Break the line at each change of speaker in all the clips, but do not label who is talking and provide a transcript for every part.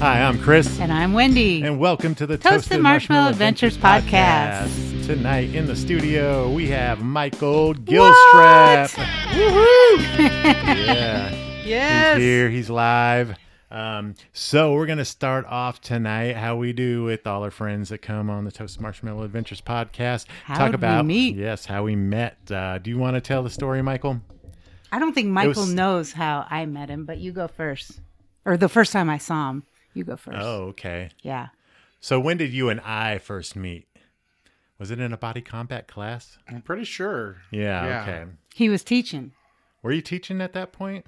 Hi, I'm Chris,
And I'm Wendy.
and welcome to the
Toasted
Toasted
Marshmallow
Marshmallow
Adventures
podcast. Tonight in the studio, we have Michael Gilstrap.
Woohoo!
Yeah,
yes.
he's here, he's live. Um, so we're gonna start off tonight how we do with all our friends that come on the Toasted Marshmallow Adventures podcast.
How'd
Talk
we
about
meet?
yes, how we met. Uh, do you want to tell the story, Michael?
I don't think Michael
was-
knows how I met him, but you go first. Or the first time I saw him, you go first.
Oh, okay.
Yeah.
So when did you and I first meet? Was it in a body combat class?
I'm pretty sure.
Yeah,
Yeah.
okay.
He was teaching.
Were you teaching at that point?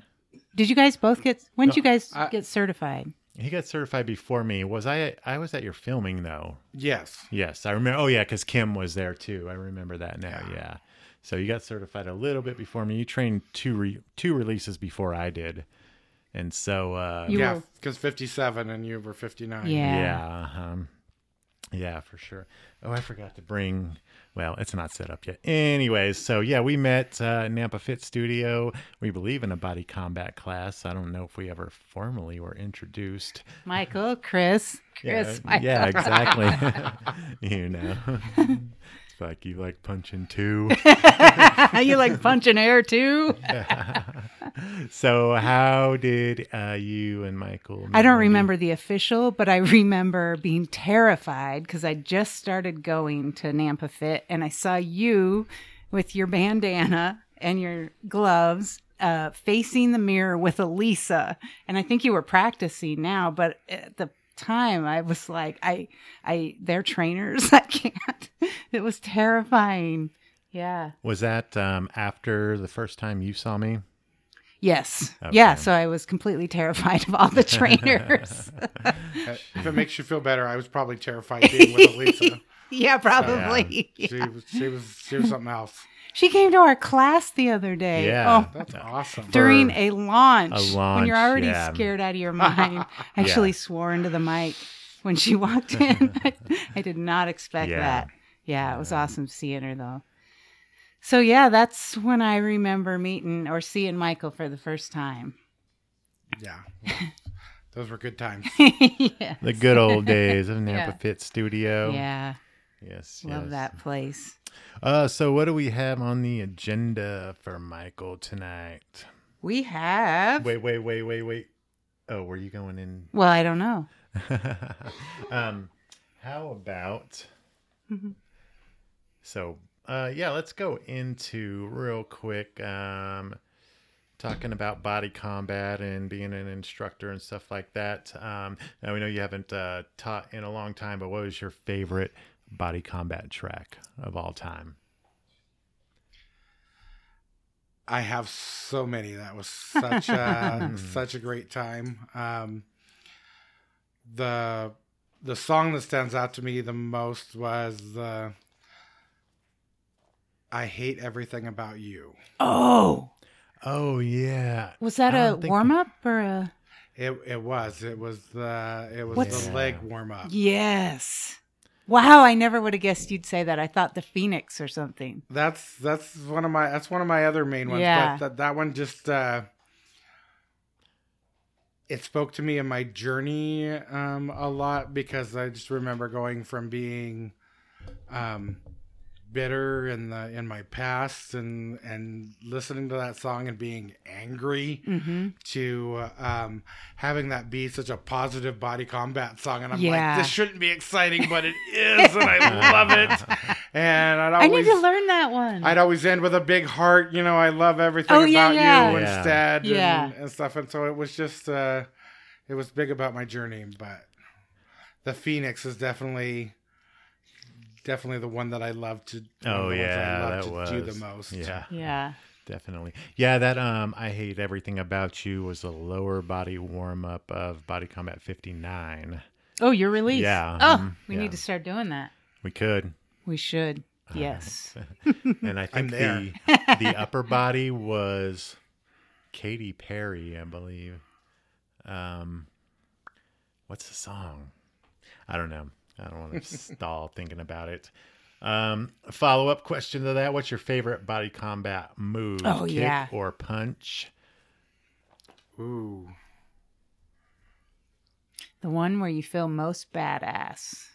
Did you guys both get, when did you guys
I-
get certified?
He got certified before me. Was I? I was at your filming though.
Yes.
Yes, I remember. Oh yeah, because Kim was there too. I remember that now. Yeah. So you got certified a little bit before me. You trained two re- two releases before I did, and so uh,
You
yeah,
were-
because 57 and you were 59.
Yeah.
yeah, um, yeah, for sure. Oh, I forgot to bring. Well, it's not set up yet. Anyways, so yeah, we met uh, in Nampa Fit Studio. We believe in a body combat class. I don't know if we ever formally were introduced.
Michael, Chris,
yeah,
Chris, Michael.
yeah, exactly. you know, it's like you like punching too.
you like punching air too?
so, how did uh, you and Michael?
I don't
meet?
remember the official, but I remember being terrified because I just started going to Nampa Fit and I saw you with your bandana and your gloves uh, facing the mirror with Elisa. And I think you were practicing now, but at the time I was like, I, I, they're trainers. I can't. It was terrifying. Yeah.
Was that um, after the first time you saw me?
Yes.
Okay.
Yeah. So I was completely terrified of all the trainers.
Uh, If it makes you feel better, I was probably terrified being with Elisa.
yeah, probably.
she, was, she was she was something else.
She came to our class the other day.
Yeah.
Oh,
That's awesome.
during a launch,
A
When you're
launch,
already
yeah.
scared out of your mind. I actually swore into the mic when she walked in. I, did not expect
Yeah.
that. Yeah, it was awesome seeing her though. So yeah, that's when I remember meeting or seeing Michael for the first time.
yeah. Those were good times.
yeah.
The good old days of Nampa
Yeah.
Fit Studio.
Yeah.
Yes.
Love
Oh, yes.
that place.
Uh, so, what do we have on the agenda for Michael tonight?
We have
Wait, wait, wait, wait, wait. Oh, were you going in?
well, I don't know.
um, how about? So, uh, yeah, let's go into real quick. Um, talking about body combat and being an instructor and stuff like that. Um, now we know you haven't uh, taught in a long time, but what was your favorite body combat track of all time?
I have so many. That was such
Hmm.
a such a great time. Um, the the song that stands out to me the most was the I hate everything about you.
Oh.
Oh yeah,
Was that
I
a
don't think-
warm up or a
It it was it was the it was
What's-
the leg warm up.
Yes. Wow, I never would have guessed you'd say that. I thought the Phoenix or something.
That's that's one of my that's one of my other main ones.
Yeah.
But that that one just uh it spoke to me in my journey um a lot because I just remember going from being um bitter in the in my past and and listening to that song and being angry
Mm-hmm.
to um having that be such a positive body combat song and I'm
Yeah.
like this shouldn't be exciting but it is and I love it and I'd
I
always
need to learn that one.
I'd always end with a big heart, you know, I love everything
Oh,
about
yeah, yeah.
you
Yeah.
instead
Yeah.
And, and stuff. And so it was just uh it was big about my journey, but the Phoenix is definitely definitely the one that I love to one of
Oh
the ones I
yeah,
love
that
to
was
do the most.
Yeah,
yeah.
Definitely. Yeah, that um I hate everything about you was a lower body warm up of Body Combat 59.
Oh, your release.
Yeah,
Oh,
mm-hmm.
mhm,
we
yeah.
need to start doing that.
We could.
We should. Yes.
And I
I'm
think the the upper body was Katy Perry, I believe. Um what's the song? I don't know. I don't want to stall thinking about it. Um follow up question to that, what's your favorite body combat move?
Oh,
kick
yeah.
or punch?
Ooh.
The one where you feel most badass.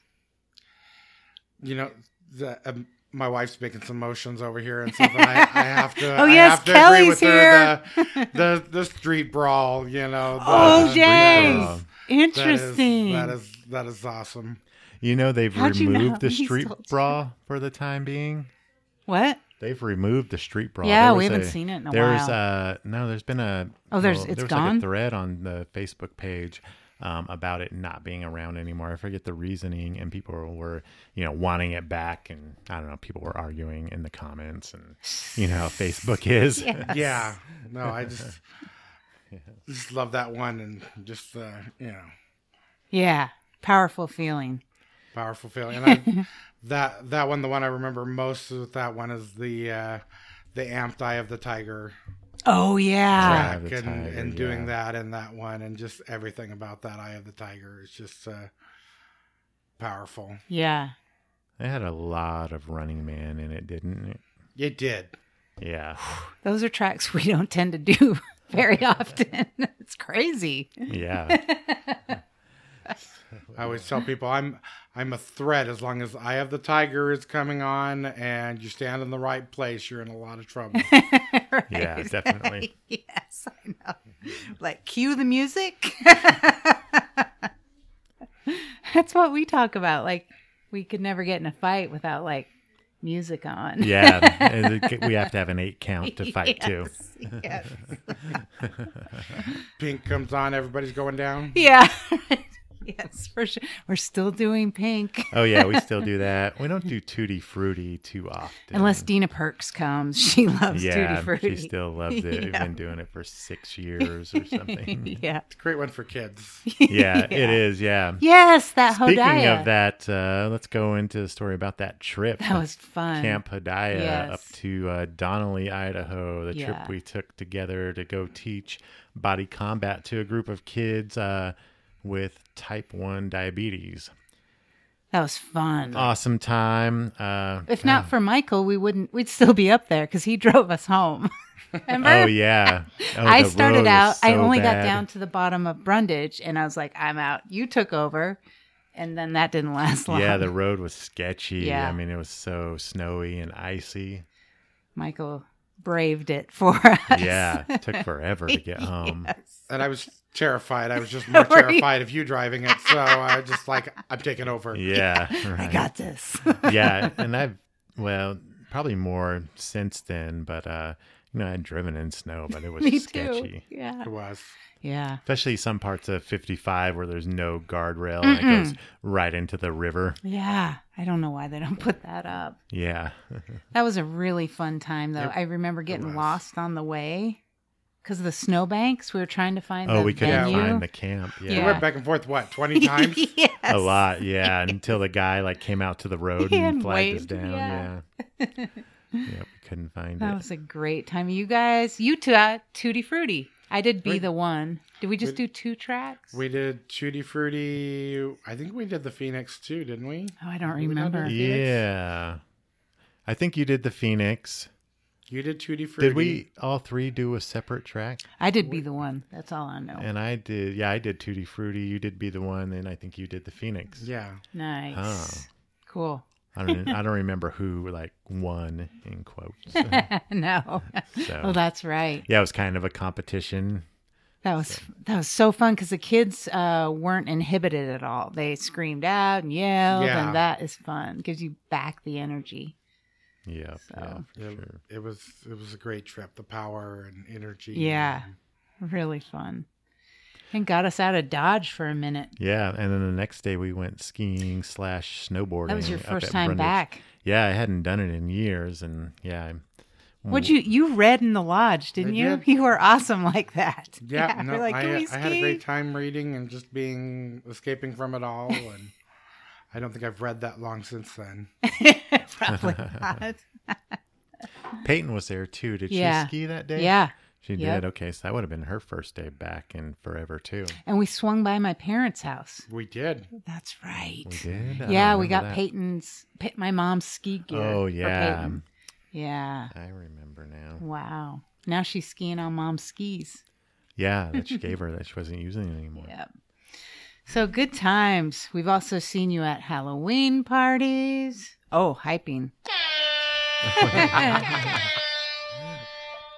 You know, the, um, my wife's making some motions over here and stuff. And I, I have to.
Oh,
I
yes,
have to
Kelly's
agree with
here.
Her, the, the the street brawl. You know. The,
Oh,
Street
yay.
brawl.
That is,
Interesting.
that is that is awesome.
You know they've
How'd you know?
removed the
He's
street
still-
brawl for the time being.
what?
They've removed the street brawl.
Yeah,
There
we
was
haven't
a-
seen it in a
there's
while.
uh no, there's been a
Oh, there's-
well,
it's
there was like
gone?
a thread on the Facebook page um, about it not being around anymore. I forget the reasoning, and people were you know wanting it back, and I don't know, people were arguing in the comments, and you know how Facebook is.
Yeah. No, I just just love that one and just uh, you know
yeah. Powerful feeling.
powerful feeling. And I, that that one, the one I remember most with that one is the uh, the amped eye of the tiger
Oh, yeah.
Eye
track
of the
and,
Tiger,
and doing
yeah.
that and that one and just everything about that eye of the tiger is just uh, powerful.
Yeah.
It had a lot of Running Man in it, didn't it?
It did.
Yeah,
Those are tracks we don't tend to do very often. it's crazy.
yeah.
I always tell people I'm I'm a threat as long as Eye of the Tiger is coming on and you stand in the right place, you're in a lot of trouble.
Right.
Yeah, definitely.
yes, I know. Like, cue the music. That's what we talk about. Like, we could never get in a fight without like music on.
Yeah, and it- we have to have an eight count to fight too.
too. Yes.
Pink comes on, everybody's going down.
Yeah. yes, for sure. We're still doing pink.
Oh yeah, we still do that. We don't do tutti frutti too often,
Unless Dina Perks comes. She loves
yeah,
Tutti Frutti.
she still loves it. We've
Yeah.
been doing it for six years or something.
yeah.
It's a great one for kids.
yeah, it is. Yeah.
Yes, that
Speaking
Hodaya.
of that, uh, let's go into the story about that trip.
That was fun.
Camp Hodiah
Yes.
up to uh, Donnelly, Idaho. The
Yeah.
trip we took together to go teach body combat to a group of kids uh, with type one diabetes.
That was fun.
Awesome time. Uh,
if not for Michael, we wouldn't. We'd still be up there because he drove us home. Remember?
oh yeah, Oh,
I
the road
started
is
out. I
so
only got
bad.
down to the bottom of Brundage, and I was like, "I'm out." You took over, and then that didn't last long.
Yeah, the road was sketchy.
Yeah.
I mean, it was so snowy and icy.
Michael braved it for us.
Yeah, it took forever to get home.
Yes.
And I was terrified. I was just more
Were you?
terrified of you driving it. So I was just like, I'm taking over.
Yeah,
I
right.
got this.
yeah, and I've well, probably more since then, but uh, you know, I'd driven in snow, but it was
Me
sketchy.
too. Yeah.
It was.
Yeah.
Especially some parts of 55 where there's no guardrail and it goes right into the river.
Yeah. I don't know why they don't put that up.
Yeah.
That was a really fun time, though. I remember getting
was.
lost on the way because of the snowbanks. We were trying to find.
Oh,
the
we couldn't
venue.
find the camp. Yeah.
We
Yeah.
went back and forth, what, 20 times?
yes.
A lot, yeah, until the guy like came out to the road
He
and,
had
flagged us
waved,
down.
yeah.
Yeah. yeah, we couldn't find
That
it.
was a great time. You guys, you two, uh, Tutti Frutti. I did be
We-
the one. Did we just do
we-
two tracks?
We did Tutti Frutti. I think we did the Phoenix too, didn't we?
oh, I don't
we not do
remember.
the-
Yeah. I think you did the Phoenix.
You did Tutti Frutti.
Did we all three do a separate track?
I did be the one. That's all I know.
And I did, yeah, I did Tutti Frutti. You did Be the One, and I think you did the Phoenix.
Yeah.
Nice.
Oh.
Cool.
I don't, I don't remember who like won in quotes. So,
no. Well, that's right.
yeah, it was kind of a competition.
That was that was so fun because the kids uh, weren't inhibited at all. They screamed out and yelled,
Yeah.
and that is fun. Gives you back the energy.
Yeah, yeah,
So-
for
It,
sure.
it was it was a great trip. The power and energy.
Yeah. Really fun, and got us out of Dodge for a minute.
Yeah, and then the next day we went skiing slash snowboarding.
That was your
up
first
at
time
Brundage.
back.
Yeah, I hadn't done it in years, and yeah, I- mm,
What you you read in the lodge, didn't
I
you?
did.
You were awesome like that.
Yeah,
we're
no,
like,
I,
"Can we
I had a
ski?"
great time reading and just being escaping from it all, and I don't think I've read that long since then.
Probably not.
Peyton was there too. Did
Yeah.
she ski that day?
Yeah,
she
Yep.
did. Okay, so that would have been her first day back in forever too.
and we swung by my parents' house.
We did.
That's right.
We did. I
Yeah, we
remember
got
that.
Peyton's Pey- my mom's ski gear.
Oh
for
yeah,
Peyton. yeah.
I remember now.
Wow. Now she's skiing on mom's skis.
Yeah, that she gave her that she wasn't using it anymore.
Yep. So good times. We've also seen you at Halloween parties. Oh, hyping.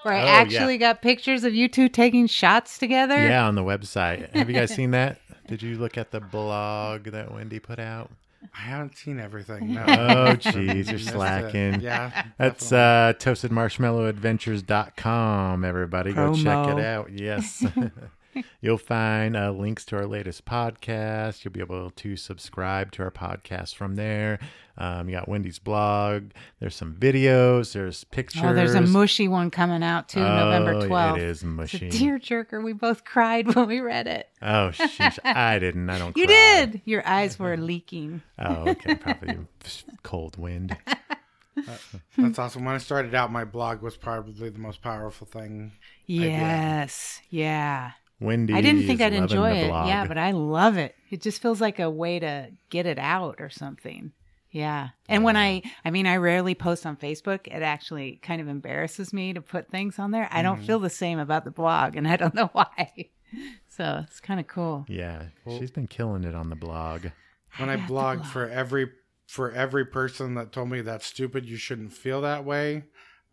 Where I
Oh, yeah.
actually got pictures of you two taking shots together.
Yeah, on the website. Have you guys seen that? Did you look at the blog that Wendy put out?
I haven't seen everything. No.
Oh, jeez, you're
Missed it.
slacking.
Yeah,
That's
definitely.
uh, toastedmarshmallowadventures.com, everybody. Go check
Promo.
it out. Yes. You'll find uh, links to our latest podcast. You'll be able to subscribe to our podcast from there. Um, you got Wendy's blog. There's some videos. There's pictures.
Oh, there's a mushy one coming out too,
Oh,
November 12th.
It is mushy.
It's a tearjerker. We both cried when we read it.
Oh, sheesh. I didn't. I don't
You
cry.
did. Your eyes were leaking.
Oh, okay. Probably cold wind.
That's awesome. When I started out, my blog was probably the most powerful thing.
Yes. Yeah.
Wendy.
I didn't think
is
I'd
loving
enjoy
the
it.
Blog.
Yeah, but I love it. It just feels like a way to get it out or something. Yeah. And when I, I mean, I rarely post on Facebook. It actually kind of embarrasses me to put things on there. I don't feel the same about the blog, and I don't know why. So it's kind of cool.
yeah, she's been killing it on the blog.
When I,
got the
blogged
blog.
for every for every person that told me that's stupid, you shouldn't feel that way,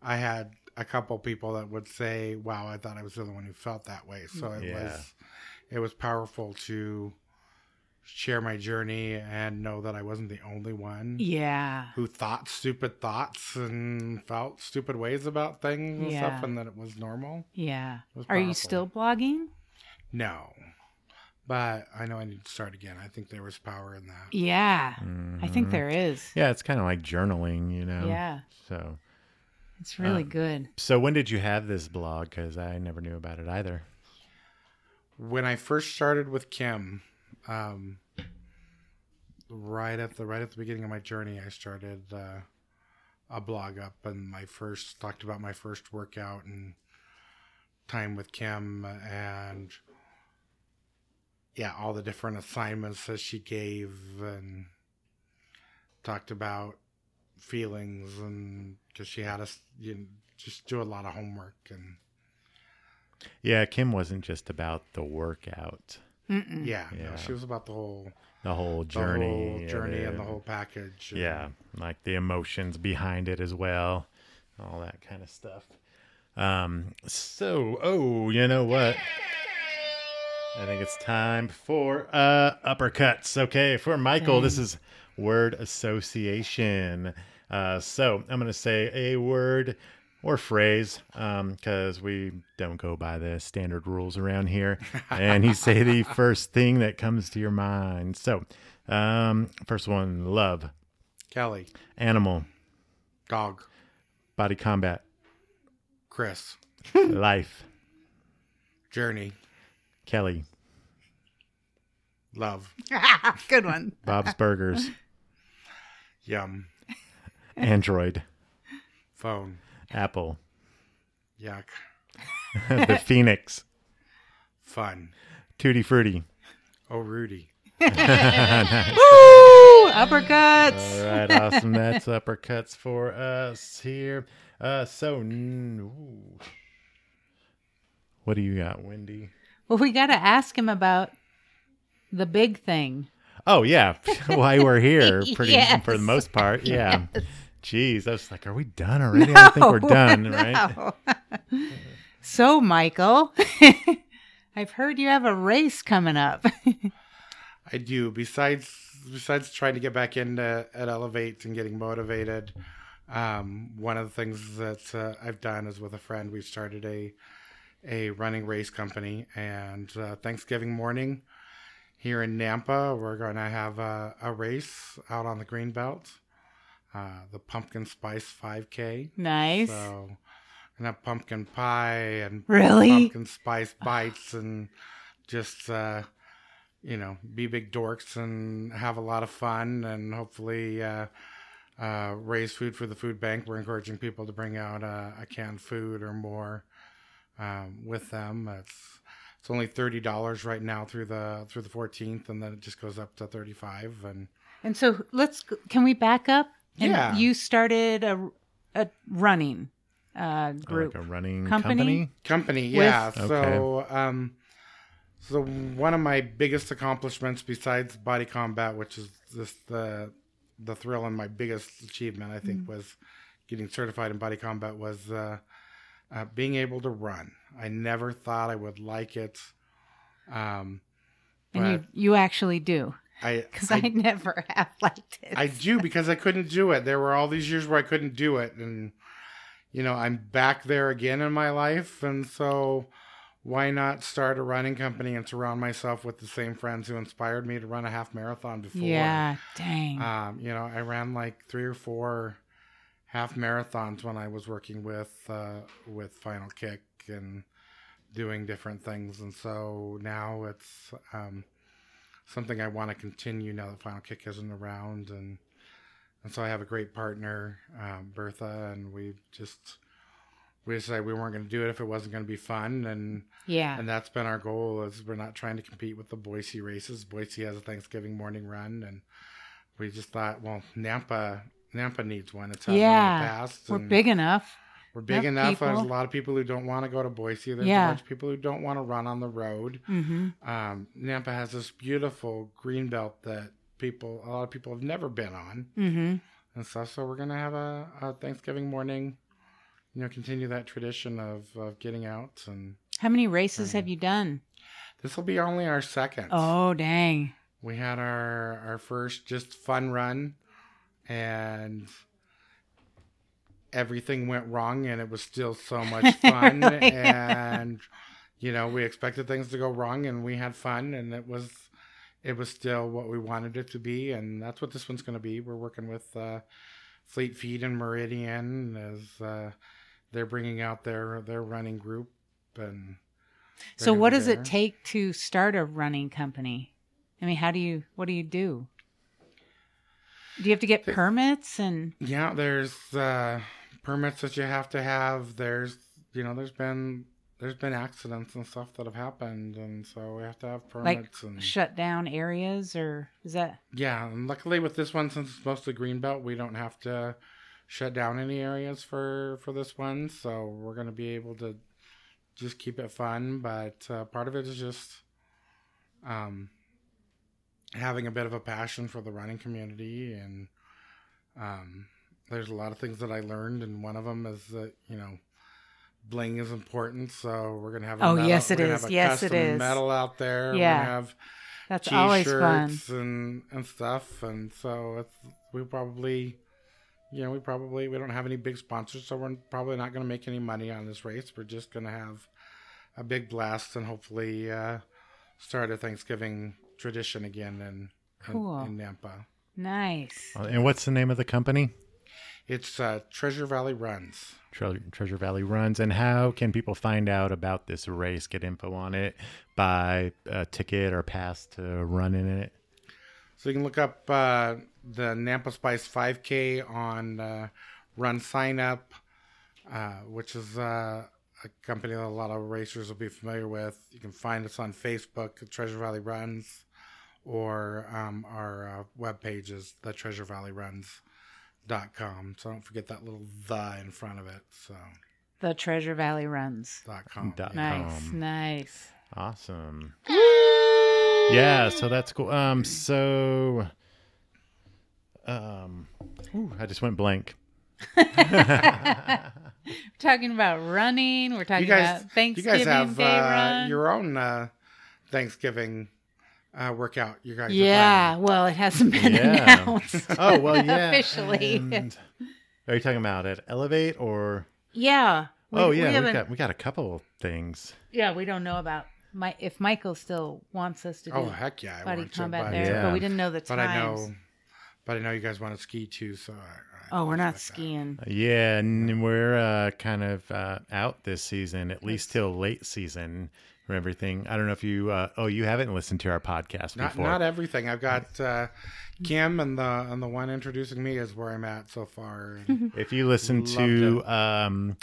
I had a couple people that would say, "Wow, I thought I was the only one who felt that way." So it
Yeah.
was it was powerful to share my journey and know that I wasn't the only one.
Yeah.
Who thought stupid thoughts and felt stupid ways about things and
Yeah.
stuff, and that it was normal.
Yeah.
It was
Are you
powerful.
still blogging?
No. But I know I need to start again. I think there was power in that.
Yeah. I think
Mhm.
there is.
Yeah, it's kind of like journaling, you know.
Yeah.
So,
It's really
Um,
good.
so when did you have this blog? Because I never knew about it either.
When I first started with Kim, um, right at the right at the beginning of my journey, I started uh, a blog up, and my first talked about my first workout and time with Kim, and yeah, all the different assignments that she gave, and talked about feelings, and because she had us you know, just do a lot of homework and.
Yeah, Kim wasn't just about the workout,
Mm-mm.
Yeah,
Yeah.
No, she was about the whole
the whole
the
journey,
whole
of
journey,
it.
and the whole package. and-
yeah, like the emotions behind it as well, all that kind of stuff. Um, so, oh, you know what? I think it's time for uh, uppercuts. Okay, for Michael, this is word association. Uh, so I'm going to say a word or phrase because we don't go by the standard rules around here. And you say the first thing that comes to your mind. So, um, first one love,
Kelly,
animal,
dog,
body combat,
Chris,
life,
journey,
Kelly,
love,
good one.
Bob's Burgers,
yum,
Android,
phone,
Apple,
yuck,
the Phoenix,
fun.
Tutti Frutti.
Oh, Rudy.
Woo! Uppercuts.
All right, awesome. That's uppercuts for us here. Uh, so, mm, ooh. what do you got, Wendy?
Well, we got to ask him about the big thing.
Oh yeah, why we're here, pretty
Yes.
for the most part. Yeah. Jeez, I was like, are we done already? I don't think we're
No,
done, right?
Oh, no. so, Michael, I've heard you have a race coming up.
I do. Besides, besides trying to get back into at Elevate and getting motivated, um, one of the things that uh, I've done is with a friend. We started a a running race company, and uh, Thanksgiving morning here in Nampa, we're going to have a, a race out on the green belt, uh, the Pumpkin Spice 5K.
nice.
So, and have pumpkin pie and
Really?
pumpkin spice bites and just uh, you know be big dorks and have a lot of fun and hopefully uh, uh, raise food for the food bank. We're encouraging people to bring out uh, a canned food or more um, with them. It's it's only thirty dollars right now through the through the fourteenth, and then it just goes up to thirty five. And
and so, let's can we back up? And
Yeah.
You started a, a running uh,
Like
group.
a running company.
Company?
company yeah
With-
so um So one of my biggest accomplishments besides body combat, which is just the the thrill and my biggest achievement, I think, was getting certified in body combat was uh, uh, being able to run. I never thought I would like it. Um,
And you, you actually do,
I
because I, never have liked it.
I do because I couldn't do it. There were all these years where I couldn't do it, and you know I'm back there again in my life, and so why not start a running company and surround myself with the same friends who inspired me to run a half marathon before?
yeah, dang.
Um, you know, I ran like three or four half marathons when I was working with uh, with Final Kick and doing different things, and so now it's um, something I want to continue now that Final Kick isn't around, and and so I have a great partner, um, Bertha, and we just we decided we weren't going to do it if it wasn't going to be fun, and
yeah.
and that's been our goal is we're not trying to compete with the Boise races. Boise has a Thanksgiving morning run and we just thought, well, Nampa Nampa needs one. It's had one in the
Yeah.
past.
We're
and
big enough.
We're
enough
big enough. There's a
people.
lot of people who don't want to go to Boise. There's
Yeah.
a bunch of people who don't want to run on the road.
hmm
Um, Nampa has this beautiful green belt that people a lot of people have never been on
hmm
and stuff. So we're gonna have a, a Thanksgiving morning, you know, continue that tradition of, of getting out and
How many races have you done?
this will be only our second.
Oh, dang.
we had our our first just fun run and everything went wrong and it was still so much fun
Really?
and you know we expected things to go wrong and we had fun and it was it was still what we wanted it to be and that's what this one's going to be we're working with uh, fleet feet and meridian as uh, they're bringing out their their running group and
So,
they're
what
gonna be
does
there.
it take to start a running company? I mean, how do you, what do you do? Do you have to get permits and,
Yeah, there's uh, permits that you have to have. There's you know, there's been there's been accidents and stuff that have happened, and so we have to have
Like,
permits. and
shut down areas or is that
yeah, and luckily with this one, since it's mostly greenbelt, we don't have to shut down any areas for for this one, so we're gonna be able to just keep it fun. But uh, part of it is just um, having a bit of a passion for the running community, and um, there's a lot of things that I learned, and one of them is that you know. Bling is important, so we're gonna have a
Oh,
medal-
yes, it
we're gonna
is.
have a
Yes, it
custom
is.
medal out there. We're
Yeah.
gonna have
that's always fun?
t-shirts and and stuff and so it's we probably you know we probably we don't have any big sponsors so we're probably not going to make any money on this race we're just going to have a big blast and hopefully uh start a thanksgiving tradition again in
Cool.
in, in nampa Uh,
Nice.
And what's the name of the company?
it's uh treasure valley runs
Tre- Treasure Valley runs, and how can people find out about this race? Get info on it, buy a ticket or pass to run in it.
So you can look up uh, the Nampa Spice 5K on uh, Run Sign Up, uh, which is uh, a company that a lot of racers will be familiar with. You can find us on Facebook, at Treasure Valley Runs, or um, our uh, webpage is the Treasure Valley Runs. Dot com. So don't forget that little the in front of it. So
The Treasure Valley runs.
dot com.
Dot
yeah.
Nice,
Um,
nice.
Awesome. Yeah, so that's cool. Um, so, um, ooh, I just went blank.
talking about running. We're talking
You guys,
about
you
Thanksgiving
guys have
Day
uh,
run.
your own uh, Thanksgiving uh, workout. You guys, are planning.
yeah, well, it hasn't been
Yeah.
announced.
Oh well, yeah.
Officially.
Mm.
and- are you talking about at Elevate or?
yeah. We,
oh
we
yeah, we
haven't-
got we got a couple things.
yeah, we don't know about my if Michael still wants us to do
Oh heck yeah! I
body
want to,
combat
but-
there,
Yeah.
but we didn't know the
But
times.
I know, but I know you guys want to ski too. So I, I
Oh, we're not
expect that.
skiing.
Yeah, and we're uh, kind of uh, out this season, at least till late season for everything. I don't know if you. Uh, oh, you haven't listened to our podcast
Not
before.
not everything. I've got uh, Kim and the and the one introducing me is where I'm at so far.
Mm-hmm.
And
if you listen to um,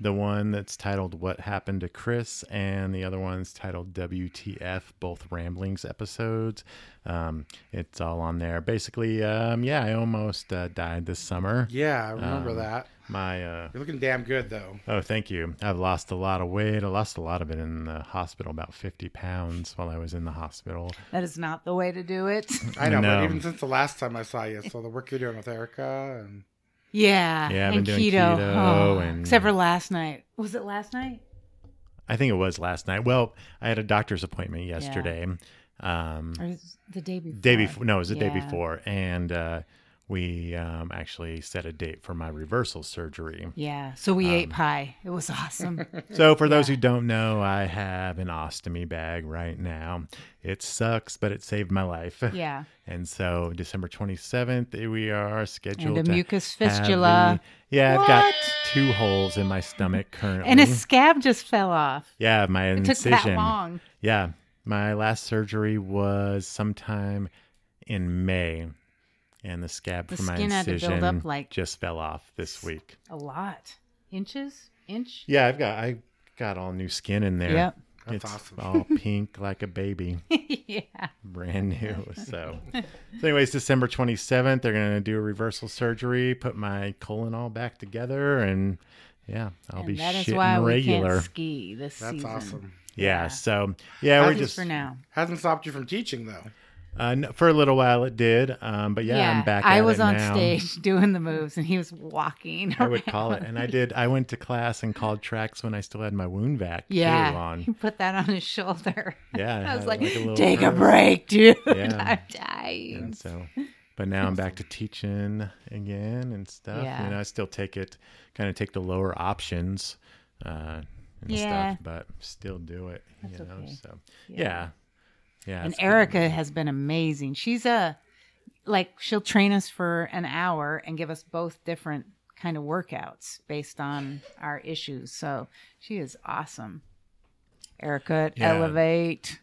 the one that's titled "What Happened to Chris" and the other one's titled "WTF," both ramblings episodes, um, it's all on there. Basically, um, yeah, I almost uh, died this summer.
yeah, I remember
Um,
that.
My uh,
You're looking damn good though.
oh, thank you. I've lost a lot of weight. I lost a lot of it in the hospital, about fifty pounds while I was in the hospital.
That is not the way to do it.
I know,
No.
but even since the last time I saw you, so the work you're doing with Erica and
Yeah.
Yeah, I've
and
been doing
keto.
keto
Oh,
and-
Except for last night. Was it last night?
I think it was last night. Well, I had a doctor's appointment yesterday. Um,
Or was it the day before?
day before no it was the day
Yeah.
before and uh, we um, actually set a date for my reversal surgery
Yeah. So we ate pie. It was awesome.
so for those who don't know i have an ostomy bag right now it sucks but it saved my life
yeah.
and so december 27th eh, we are scheduled
a
to
mucous
have
fistula.
the- yeah i've got
What?
two holes in my stomach currently
And a scab just fell off.
yeah my
It took
incision
that long.
yeah my last surgery was sometime in may and the scab
The
from my
skin had to build
incision
up, like-
just fell off this week.
A lot. Inches? Inch?
Yeah, I've got I got all new skin in there.
Yep.
That's
it's
awesome.
all pink like a baby,
yeah.
brand new. So, so anyways, December twenty seventh, they're gonna do a reversal surgery, put my colon all back together, and yeah, I'll be
and that is
shitting
why we
regular.
can't ski this
that's
season.
awesome.
yeah, so yeah,
At
we're
least
just
for now.
Hasn't stopped you from teaching though.
Uh, no, for a little while it did, um, but yeah, I'm back.
I
at
was
it
on
now.
stage doing the moves, and he was walking.
I would call it, and I did. I went to class and called tracks when I still had my wound vac too,
Yeah. He
on.
put that on his shoulder.
Yeah,
I
had,
was like,
little
take a
purse."
break, dude.
Yeah.
I'm dying.
And so, but now I'm back to teaching again and stuff.
Yeah.
And I still take it, kind of take the lower options uh, and
Yeah.
stuff, but still do it, you know?
okay.
So, yeah. Yeah.
and
it's good.
Erica has been amazing. She's a like she'll train us for an hour and give us both different kind of workouts based on our issues. So she is awesome. Erica at
Yeah.
Elevate.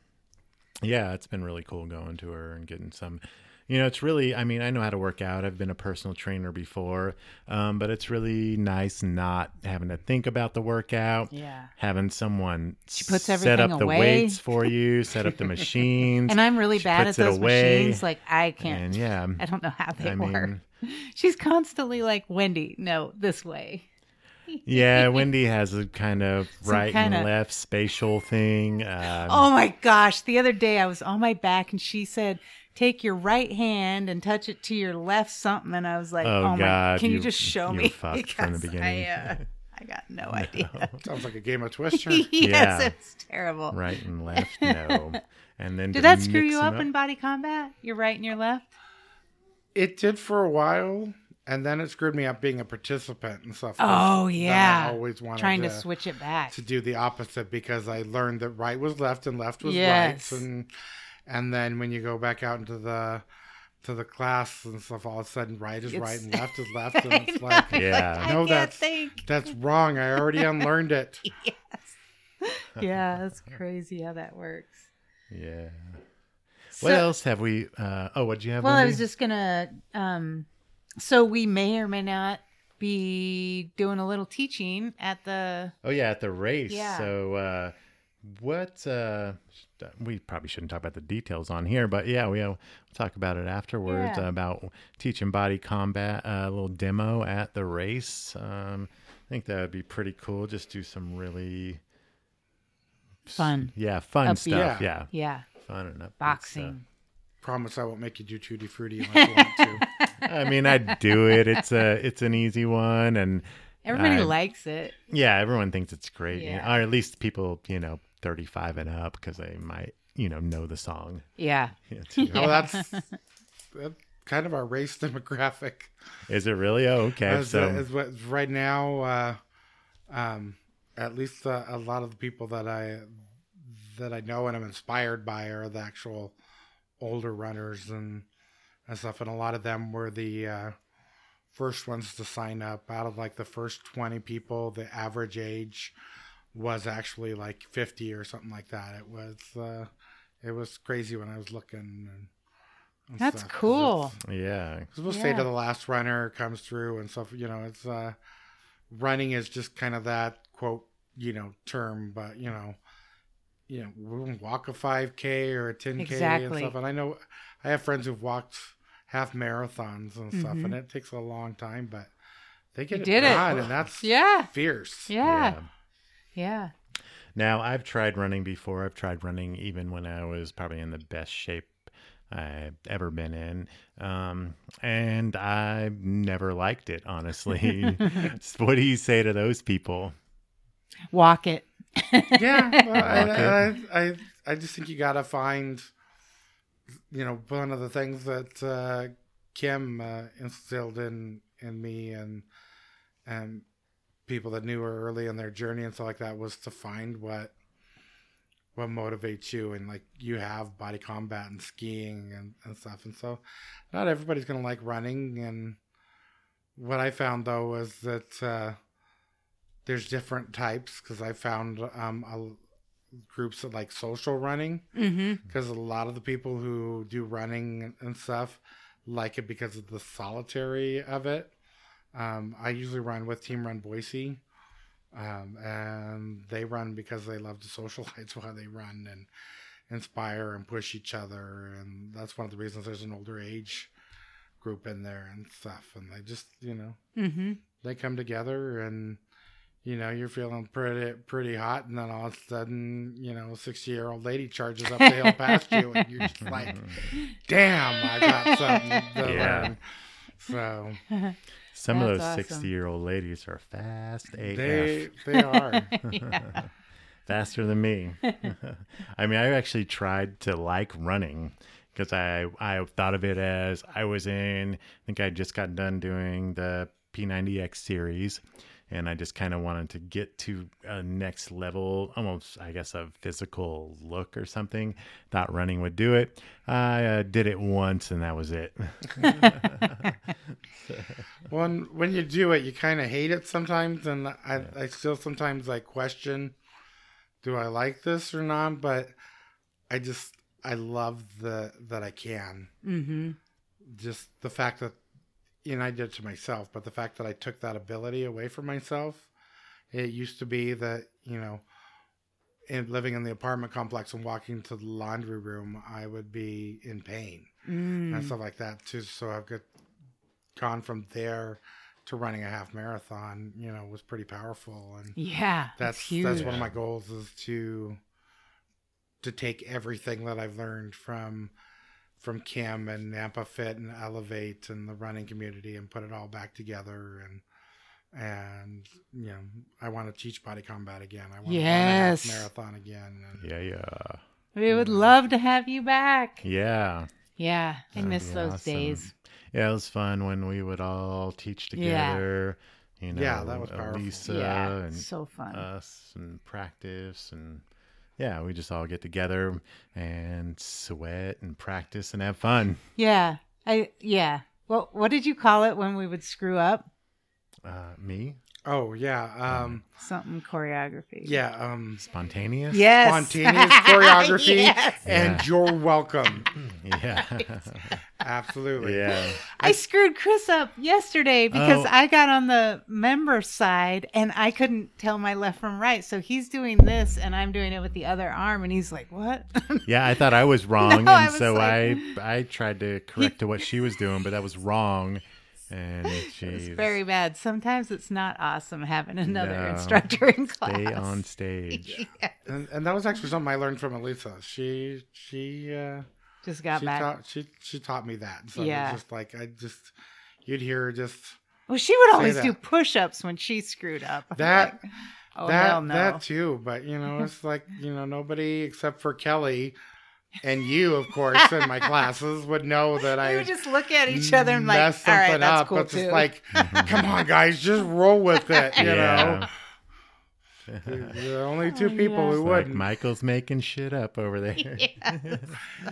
Yeah. It's been really cool going to her and getting some. You know, it's really, I mean, I know how to work out. I've been a personal trainer before, um, but it's really nice not having to think about the workout.
Yeah.
Having someone she
puts
set
everything
up the
away.
weights for you, set up the machines.
And I'm really
She
bad at
puts it
those
away,
machines. Like I can't
And yeah,
I don't know how they
I
work.
mean-
She's constantly like, Wendy, no, this way.
Yeah, Wendy has a kind of
Some
right
kinda-
and left spatial thing. Um,
Oh my gosh. The other day I was on my back and she said, Take your right hand and touch it to your left something. And I was like,
Oh,
Oh, my
God,
can you,
you-
just show
you
me?
were fucked from the
Because
beginning.
I, uh, I got no idea.
Sounds like a game of Twister.
yes,
Yeah.
it's terrible.
Right and left, no. And then to
Oh. Did that screw
mix
you
them
up in body combat? Your right and your left?
it did for a while, and then it screwed me up being a participant and stuff. 'cause
Oh,
then
yeah.
I always wanted
Trying to switch it back.
uh, to do the opposite because I learned that right was left and left was
Yes.
right, and and then when you go back out into the to the class and stuff, all of a sudden right is
It's-
right and left is left, and it's like
Yeah.
I
No,
can't
that's-
think.
that's wrong. I already unlearned it.
Yeah, that's crazy how that works.
Yeah.
So-
What else have we? Uh, oh, what do you have?
Well, I
Wendy?
was just gonna. Um, so we may or may not be doing a little teaching at the.
Oh yeah, at the race.
Yeah.
So uh, what? Uh, sh- we probably shouldn't talk about the details on here, but yeah, we, uh, we'll talk about it afterwards
Yeah.
about teaching body combat. uh, A little demo at the race. Um, I think that would be pretty cool. Just do some really
Fun.
yeah fun
Upbeat.
stuff. Yeah.
Yeah,
fun and upbeat stuff.
boxing.
Promise I won't make you do tutti frutti unless you want to.
I mean, I do it. It's a it's an easy one, and
Everybody
Uh,
likes it.
Yeah, everyone thinks it's great, you know,
Yeah.
or at least people, you know, thirty-five and up, because they might, you know, know the song.
Yeah,
Well, Oh, that's, that's kind of our race demographic.
Is it really? Oh, okay.
As,
so,
as what right now, uh, um, at least uh, a lot of the people that I that I know and I'm inspired by are the actual older runners and and stuff, and a lot of them were the uh, first ones to sign up. Out of like the first 20 people, the average age was actually like 50 or something like that. It was uh, it was crazy when I was looking. And, and
that's
stuff, 'cause
cool.
it's-
yeah,
because we'll say
Yeah.
to the last runner comes through and stuff. You know, it's uh, running is just kind of that quote, you know, term, but you know, you know, we can walk a five k or a ten k and
Exactly.
stuff. And I know I have friends who've walked half marathons and stuff,
Mhm.
and it takes a long time, but They get
You
it
did it.
broad, and that's
Yeah.
fierce.
Yeah. Yeah.
Now I've tried running before. I've tried running even when I was probably in the best shape I've ever been in, um, and I never liked it. Honestly, what do you say to those people?
Walk it.
yeah well, I,
like
I, I, I just think you gotta find you know one of the things that uh, kim uh, instilled in in me and and people that knew her early in their journey and stuff like that was to find what what motivates you and like you have body combat and skiing and, and stuff and so not everybody's gonna like running and what i found though was that uh there's different types because I found um, a, groups that like social running
Mm-hmm.
because a lot of the people who do running and stuff like it because of the solitary of it. Um, I usually run with Team Run Boise, um, and they run because they love to socialize while they run and inspire and push each other, and that's one of the reasons there's an older age group in there and stuff, and they just you know
Mm-hmm.
they come together and you know you're feeling pretty pretty hot and then all of a sudden you know a 60 year old lady charges up the hill past you and you're just like damn i got something to
Yeah.
learn so
Some of
That's
those
awesome.
sixty-year-old ladies are fast AF.
they they are
faster than me. I mean, I actually tried to like running because I I thought of it as I was in. I think I just got done doing the P90X series, and I just kind of wanted to get to a next level, almost I guess a physical look or something. Thought running would do it. I uh, did it once, and that was it.
when when you do it you kind of hate it sometimes and I, I still sometimes like question do i like this or not but i just i love the that i can
Mm-hmm.
just the fact that and I did it to myself, but the fact that I took that ability away from myself. It used to be that, you know, in living in the apartment complex and walking to the laundry room, I would be in pain
Hmm. mm.
and stuff like that too. So I've got gone from there to running a half marathon, you know, was pretty powerful and
Yeah.
that's
huge.
that's one of my goals is to to take everything that I've learned from from Kim and Nampa Fit and Elevate and the running community and put it all back together and and you know I want to teach body combat again. I want
Yes.
to run a half marathon again. And
yeah, yeah,
We would love to have you back.
yeah.
Yeah. I
That'd
miss
be
those
awesome.
days.
Yeah, it was fun when we would all teach
Yeah.
together. You know,
Yeah, that was powerful.
Elisa
yeah.
and
so fun.
us and practice and yeah, we just all get together and sweat and practice and have fun.
yeah. I yeah. Well, what did you call it when we would screw up?
Uh, me,
Oh yeah,
Mm.
um,
Something choreography.
yeah, um,
spontaneous.
Yes.
spontaneous choreography,
Yes.
and
Yeah.
you're welcome.
yeah,
Absolutely.
yeah.
I screwed Chris up yesterday because
Oh.
I got on the member side and I couldn't tell my left from right. So he's doing this and I'm doing it with the other arm. And he's like, What?
Yeah, I thought I was wrong,
No, I
and
was
so
like-
I I tried to correct to what she was doing, but that was wrong. And she's
It's very bad. Sometimes it's not awesome having another
No.
instructor in class.
stay on stage.
and, and that was actually something I learned from Elisa. She she uh,
Just got
she
back.
taught she she taught me that. So
Yeah.
it's just like I just you'd hear her just
well, she would
Say
always
that.
do push ups when she screwed up. I'm
That-
like, oh, hell
that
no.
that too. But you know, it's like you know nobody except for Kelly and you, of course, in my classes would know that
we
I
would just look at each other and like,
messed
all right,
something
that's
up.
cool
it's
too.
just like, come on, guys, just roll with it. You
yeah.
know, there are only two
Oh,
people
yeah.
who
Like
wouldn't.
Michael's making shit up over there.
hey,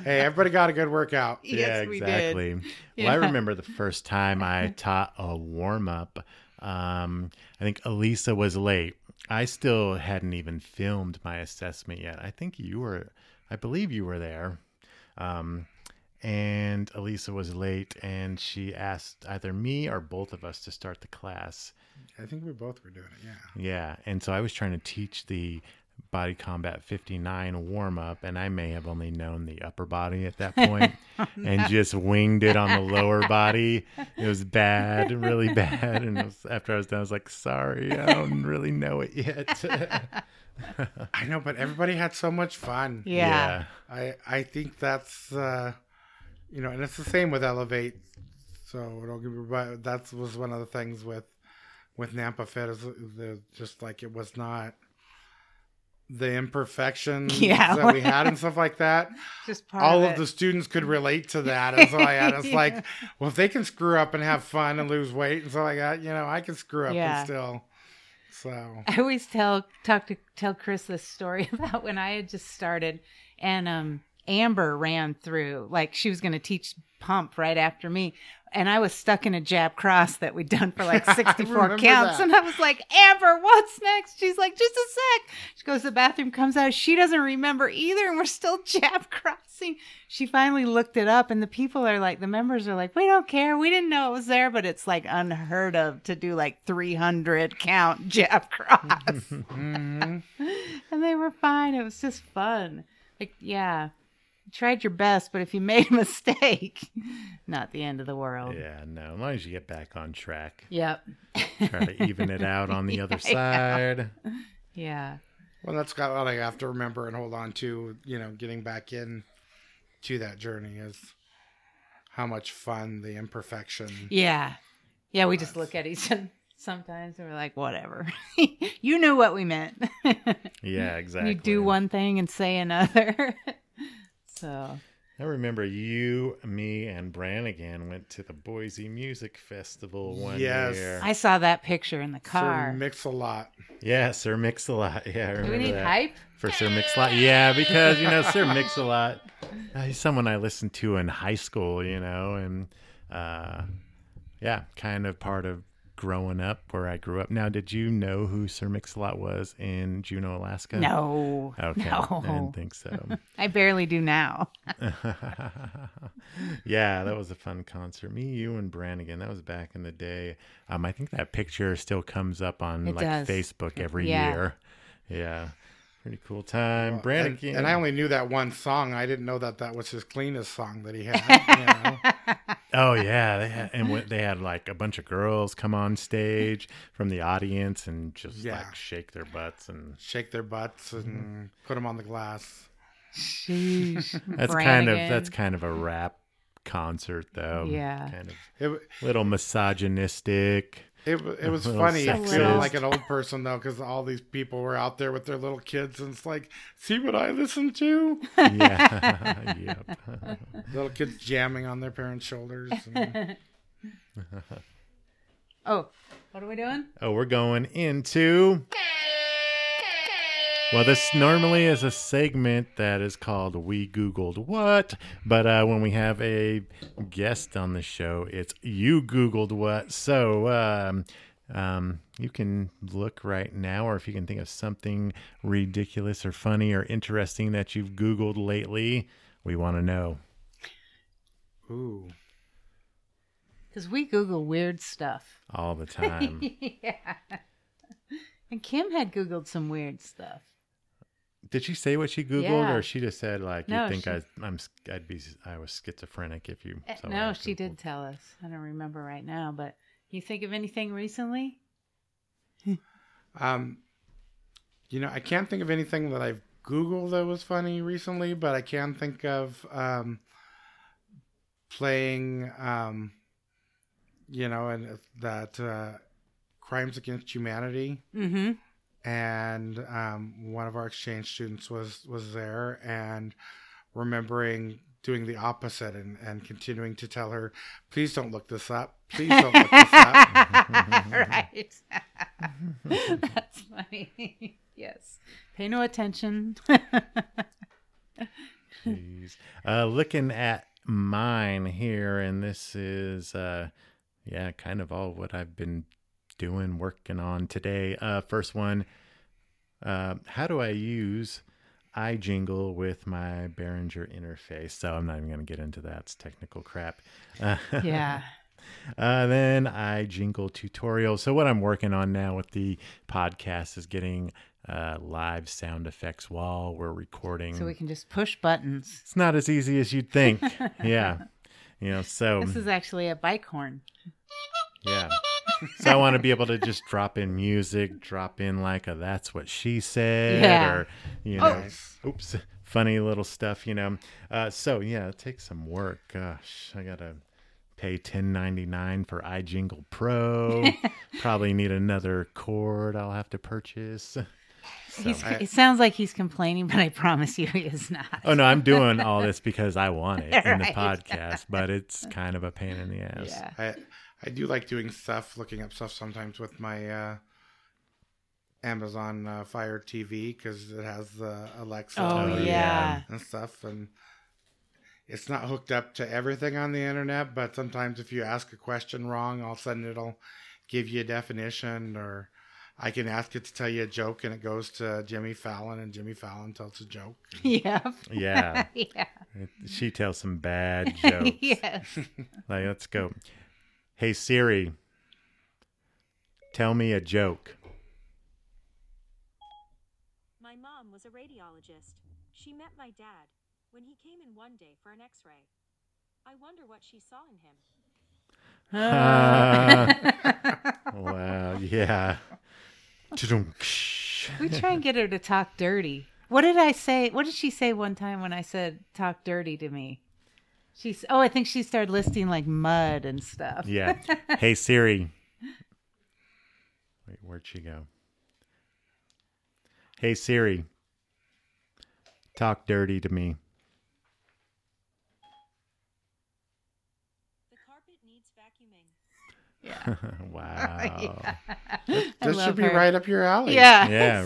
everybody got a good workout.
yes, we did.
exactly. Well, I
Yeah.
remember the first time I taught a warm up. Um, I think Elisa was late. I still hadn't even filmed my assessment yet. I think you were, I believe you were there. Um, and Elisa was late, and she asked either me or both of us to start the class.
I think we both were doing it. Yeah.
Yeah. And so I was trying to teach the Body Combat 59 warm up, and I may have only known the upper body at that point
Oh,
and just winged it on the lower body. It was bad, really bad. And it was, after I was done, I was like, sorry, I don't really know it yet.
I know, but everybody had so much fun.
Yeah.
I I think that's uh, you know, and it's the same with Elevate. So it'll give you, but that was one of the things with with Nampa Fit is the, just like it was not the imperfections
Yeah.
that we had and stuff like that.
Just part
All
of,
of the students could relate to that. And so I had it's like, well, if they can screw up and have fun and lose weight and stuff like that, you know, I can screw up
Yeah.
and still. So
I always tell talk to tell Chris this story about when I had just started and um Amber ran through like she was going to teach pump right after me and I was stuck in a jab cross that we'd done for like
I
64
remember
counts
that.
and I was like Amber what's next she's like just a sec she goes to the bathroom comes out she doesn't remember either and we're still jab crossing she finally looked it up and the people are like the members are like we don't care we didn't know it was there but it's like unheard of to do like 300 count jab cross
mhm.
and they were fine it was just fun like yeah you tried your best but if you made a mistake not the end of the world
yeah, no, as long as you get back on track,
yep
try to even it out on the other
Yeah.
side.
yeah
Well, that's got what I have to remember and hold on to. You know, getting back in to that journey is how much fun the imperfection.
yeah yeah we just look at each other sometimes and we're like whatever you knew what we meant
Yeah, exactly.
you do one thing and say another so
I remember you, me, and Brannigan went to the Boise Music Festival one
Yes.
year.
i saw that picture in the
Sir
car
mix a lot.
yeah, Sir Mix-a-Lot. Yeah, I
do
remember
we need
that.
hype
for Sir Mix-a-Lot. Yeah, because you know Sir Mix-a-Lot, uh, he's someone I listened to in high school. You know, and uh, yeah, kind of part of growing up where I grew up. Now, did you know who Sir Mix-a-Lot was in Juneau, Alaska?
no
Okay,
no
I didn't think so.
i barely do now
yeah, that was a fun concert. Me, you, and Brannigan. That was back in the day. Um, I think that picture still comes up on
It
like
does.
Facebook every
Yeah.
year. Yeah, pretty cool time.
And,
Brannigan,
and I only knew that one song. I didn't know that that was his cleanest song that he had. You know?
oh yeah, they had, and when, they had like a bunch of girls come on stage from the audience and just
Yeah.
like shake their butts and.
Shake their butts and put them on the glass.
Sheesh.
That's kind of that's kind of a rap concert though.
Yeah.
kind of
It w-
little misogynistic.
it w- it was
A little
funny feeling
sexist.
like an old person though, because all these people were out there with their little kids, and it's like, see what I listen to.
Yeah, yep.
little kids jamming on their parents' shoulders. and-
Oh, what are we doing?
Oh, we're going into. Well, this normally is a segment that is called We Googled What, but uh, when we have a guest on the show, it's You Googled What. So um, um, you can look right now, or if you can think of something ridiculous or funny or interesting that you've Googled lately, we want to know.
Ooh.
Because we Google weird stuff.
All the time.
yeah. And Kim had Googled some weird stuff.
Did she say what she googled,
Yeah.
or she just said like
No,
you think
she-
I, I'm I'd be I was schizophrenic if you?
Eh,
saw what I
no, she did
googled.
tell us. I don't remember right now, but you think of anything recently?
Um, you know, I can't think of anything that I've Googled that was funny recently, but I can think of um, playing, um, you know, and that uh, Crimes Against Humanity,
Mm-hmm.
and um, one of our exchange students was was there, and remembering doing the opposite and, and continuing to tell her, please don't look this up, please don't look this up.
right. That's funny. yes. Pay no attention.
Jeez. Uh, looking at mine here, and this is uh, yeah, kind of all what I've been doing, working on today. Uh, first one, uh, how do I use iJingle with my Behringer interface? So I'm not even going to get into that. It's technical crap.
yeah.
Uh, then I jingle tutorial. So what I'm working on now with the podcast is getting uh, live sound effects while we're recording.
So we can just push buttons.
it's not as easy as you'd think. yeah. You know, so
This is actually a bike horn.
yeah. So I want to be able to just drop in music, drop in like a that's what she said
Yeah.
or you
Oh.
know,
Nice.
oops, funny little stuff, you know. Uh, so yeah, it takes some work. Gosh, I got to pay 10.99 for iJingle Pro. Probably need another cord I'll have to purchase.
He's,
I-
it sounds like he's complaining, but I promise you he is not.
Oh no, I'm doing all this because I want it in the
Right.
podcast, but it's kind of a pain in the ass.
Yeah.
I I do like doing stuff, looking up stuff sometimes with my uh, Amazon uh, Fire TV because it has the Alexa
Oh,
Oh,
and,
yeah.
yeah.
and stuff, and it's not hooked up to everything on the internet. But sometimes if you ask a question wrong, all of a sudden it'll give you a definition, or I can ask it to tell you a joke, and it goes to Jimmy Fallon, and Jimmy Fallon tells a joke.
Yep.
Yeah.
Yeah.
She tells some bad jokes.
yes.
Like, let's go. Hey Siri, tell me a joke.
My mom was a radiologist. She met my dad when he came in one day for an x ray. I wonder what she saw in him.
Ah.
Wow. Yeah.
we try and get her to talk dirty. What did I say? What did she say one time when I said talk dirty to me? She's oh, I think she started listing like mud and stuff.
Yeah. Hey Siri. Wait, where'd she go? Hey Siri, talk dirty to me.
The carpet needs vacuuming.
wow.
I
This
love
should be
her.
right up your alley.
Yeah,
Yeah, right.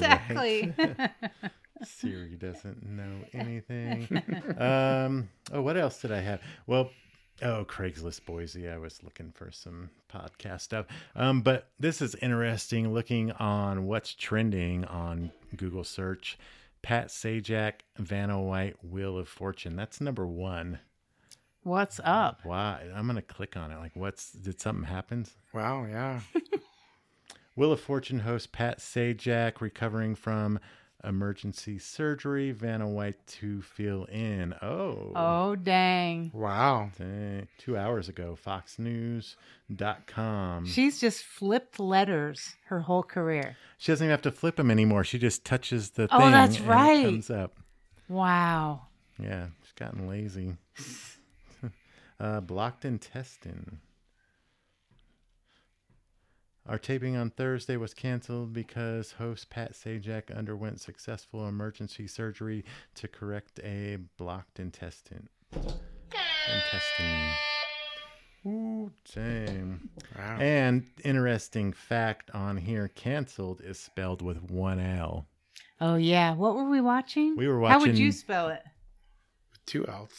exactly.
Siri doesn't know anything. um, oh, what else did I have? Well, oh, Craigslist Boise. I was looking for some podcast stuff. Um, but this is interesting looking on what's trending on Google search. Pat Sajak, Vanna White, Wheel of Fortune. That's number one.
What's up?
Wow. I'm going to click on it. Like, what's, did something happen?
Wow. Yeah.
Wheel of Fortune host Pat Sajak recovering from emergency surgery. Vanna White to fill in. Oh.
Oh dang.
Wow.
Dang. Two hours ago, foxnews.com. She,
She's just flipped letters her whole career.
she doesn't even have to flip them anymore. She just touches the
Oh,
thing.
that's
and it
right.
comes up.
Wow.
Yeah, she's gotten lazy. uh, blocked intestine. Our taping on Thursday was canceled because host Pat Sajak underwent successful emergency surgery to correct a blocked intestine. Intestine. Ooh, dang.
Wow.
And interesting fact on here canceled is spelled with one L.
Oh yeah. What were we watching?
We were
How would
watching-
you spell it?
Two L's.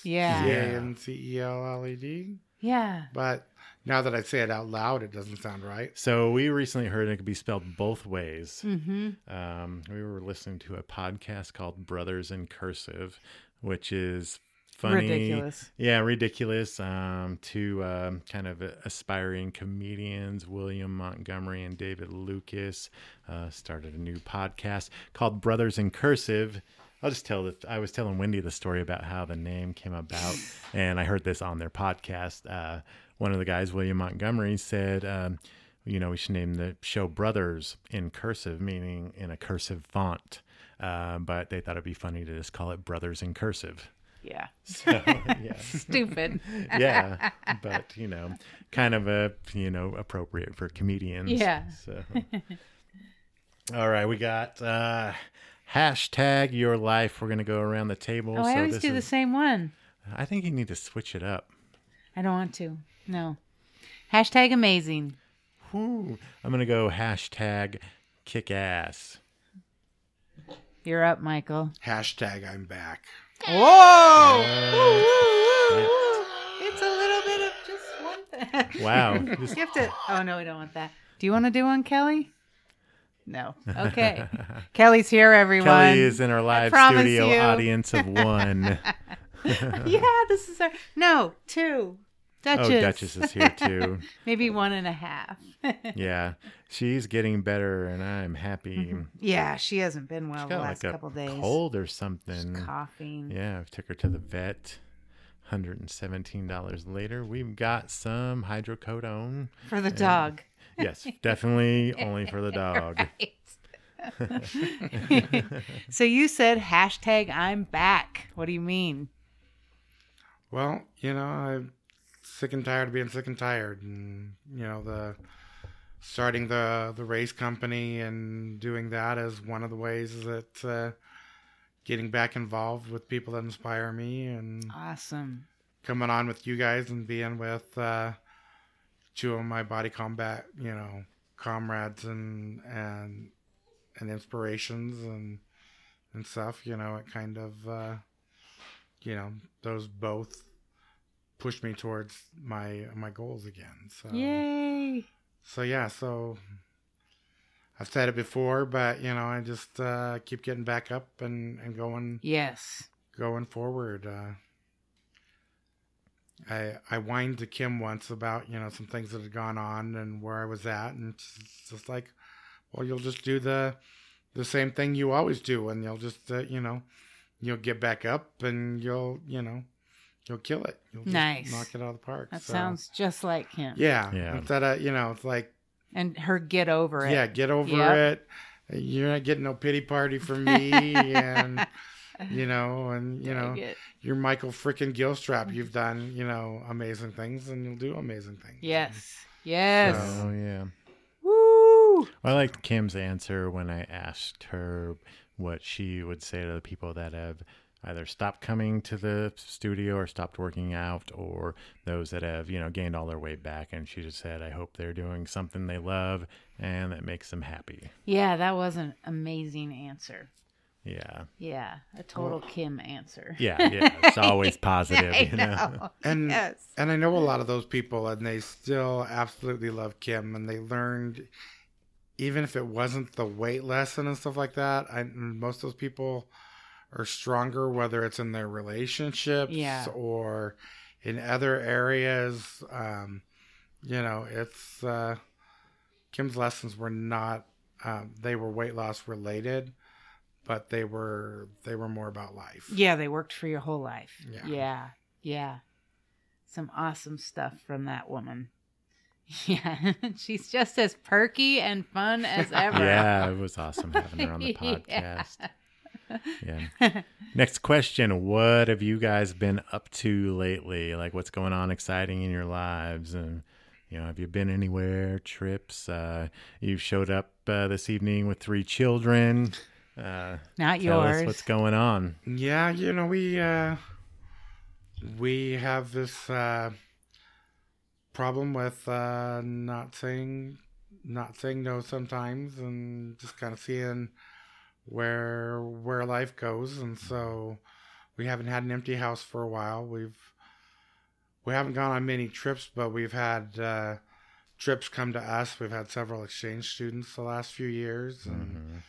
Yeah.
Yeah.
C A N C E L L E D.
Yeah.
But now that I say it out loud, it doesn't sound right.
So we recently heard it could be spelled both ways.
Mm-hmm.
um, we were listening to a podcast called Brothers in Cursive, which is funny,
Ridiculous.
yeah, ridiculous. Um, to um, kind of aspiring comedians, William Montgomery and David Lucas uh, started a new podcast called Brothers in Cursive. I'll just tell that I was telling Wendy the story about how the name came about, and I heard this on their podcast. Uh, one of the guys, William Montgomery, said, um, "You know, we should name the show Brothers in cursive, meaning in a cursive font." Uh, but they thought it'd be funny to just call it Brothers in cursive.
Yeah.
So, yeah
Stupid.
yeah but you know kind of a you know appropriate for comedians
Yeah.
so all right we got uh hashtag your life we're gonna go around the table
oh, I always do the
is-
same one.
i think you need to switch it up
I don't want to. No. Hashtag amazing.
Whew. i'm gonna go hashtag kick ass
You're up, Michael.
Hashtag I'm back.
Whoa!
yeah.
It's a little bit of just one thing.
wow Just-
you have to. Oh no, we don't want that. Do you want to do one, Kelly? No. Okay. Kelly's here, everyone.
kelly is in our live
promise
studio
you.
audience of one
yeah, this is our no two. Duchess.
Oh, Duchess is here too.
Maybe one and a half.
yeah, she's getting better, and I'm happy.
Mm-hmm. yeah, she hasn't been
She's
well the
got
Uh, last
like a
couple days.
cold or
She's
something.
coughing.
Yeah, I took her to the vet. Hundred and seventeen dollars later, we've got some hydrocodone.
For the dog.
Yes, definitely only for the dog.
Right. so you said hashtag I'm back. What do you mean?
Well, you know, I'm sick and tired of being sick and tired, and you know the starting the the race company and doing that is one of the ways that uh, getting back involved with people that inspire me and
Awesome.
coming on with you guys and being with uh, two of my body combat, you know, comrades and and and inspirations and and stuff. You know, it kind of uh, you know those both pushed me towards my my goals again. So
Yay.
so yeah, so I've said it before, but you know, I just uh, keep getting back up and and going
Yes.
going forward. Uh, I I whined to Kim once about you know some things that had gone on and where I was at, and it's just like, well, you'll just do the the same thing you always do, and you'll just uh, you know you'll get back up and you'll you know you'll kill it. You'll just
Nice.
knock it out of the park.
That
So,
sounds just like him.
Yeah,
Yeah.
Instead of you know, it's like
And her get over it.
yeah, get over
Yep.
it. You're not getting no pity party from me, and you know, and you know,
Dig it.
you're Michael frickin' Gilstrap. You've done, you know, amazing things and you'll do amazing things.
Yes. Yes.
Oh yeah.
Woo.
I liked Kim's answer when I asked her what she would say to the people that have either stopped coming to the studio or stopped working out or those that have, you know, gained all their weight back and she just said I hope they're doing something they love and that makes them happy.
Yeah, that was an amazing answer.
Yeah.
Yeah, a total Kim answer.
Yeah, yeah. It's always positive,
I
you know.
And
Yes.
and I know a lot of those people and they still absolutely love Kim and they learned even if it wasn't the weight lesson and stuff like that, I most of those people are stronger whether it's in their relationships
Yeah.
or in other areas. Um, you know, it's uh, Kim's lessons were not um, they were weight loss related, but they were they were more about life.
Yeah, they worked for your whole life.
Yeah.
Yeah. Yeah. Some awesome stuff from that woman. Yeah. She's just as perky and fun as ever.
Yeah, it was awesome having her on the podcast. yeah.
Yeah.
Next question. What have you guys been up to lately? Like, what's going on exciting in your lives? And, you know, have you been anywhere? Trips? Uh, you've showed up uh, this evening with three children. Uh,
Not
tell
yours.
us what's going on.
Yeah, you know, we uh we have this uh problem with uh not saying not saying no sometimes and just kind of seeing where where life goes and so we haven't had an empty house for a while. We've we haven't gone on many trips, but we've had uh trips come to us. We've had several exchange students the last few years and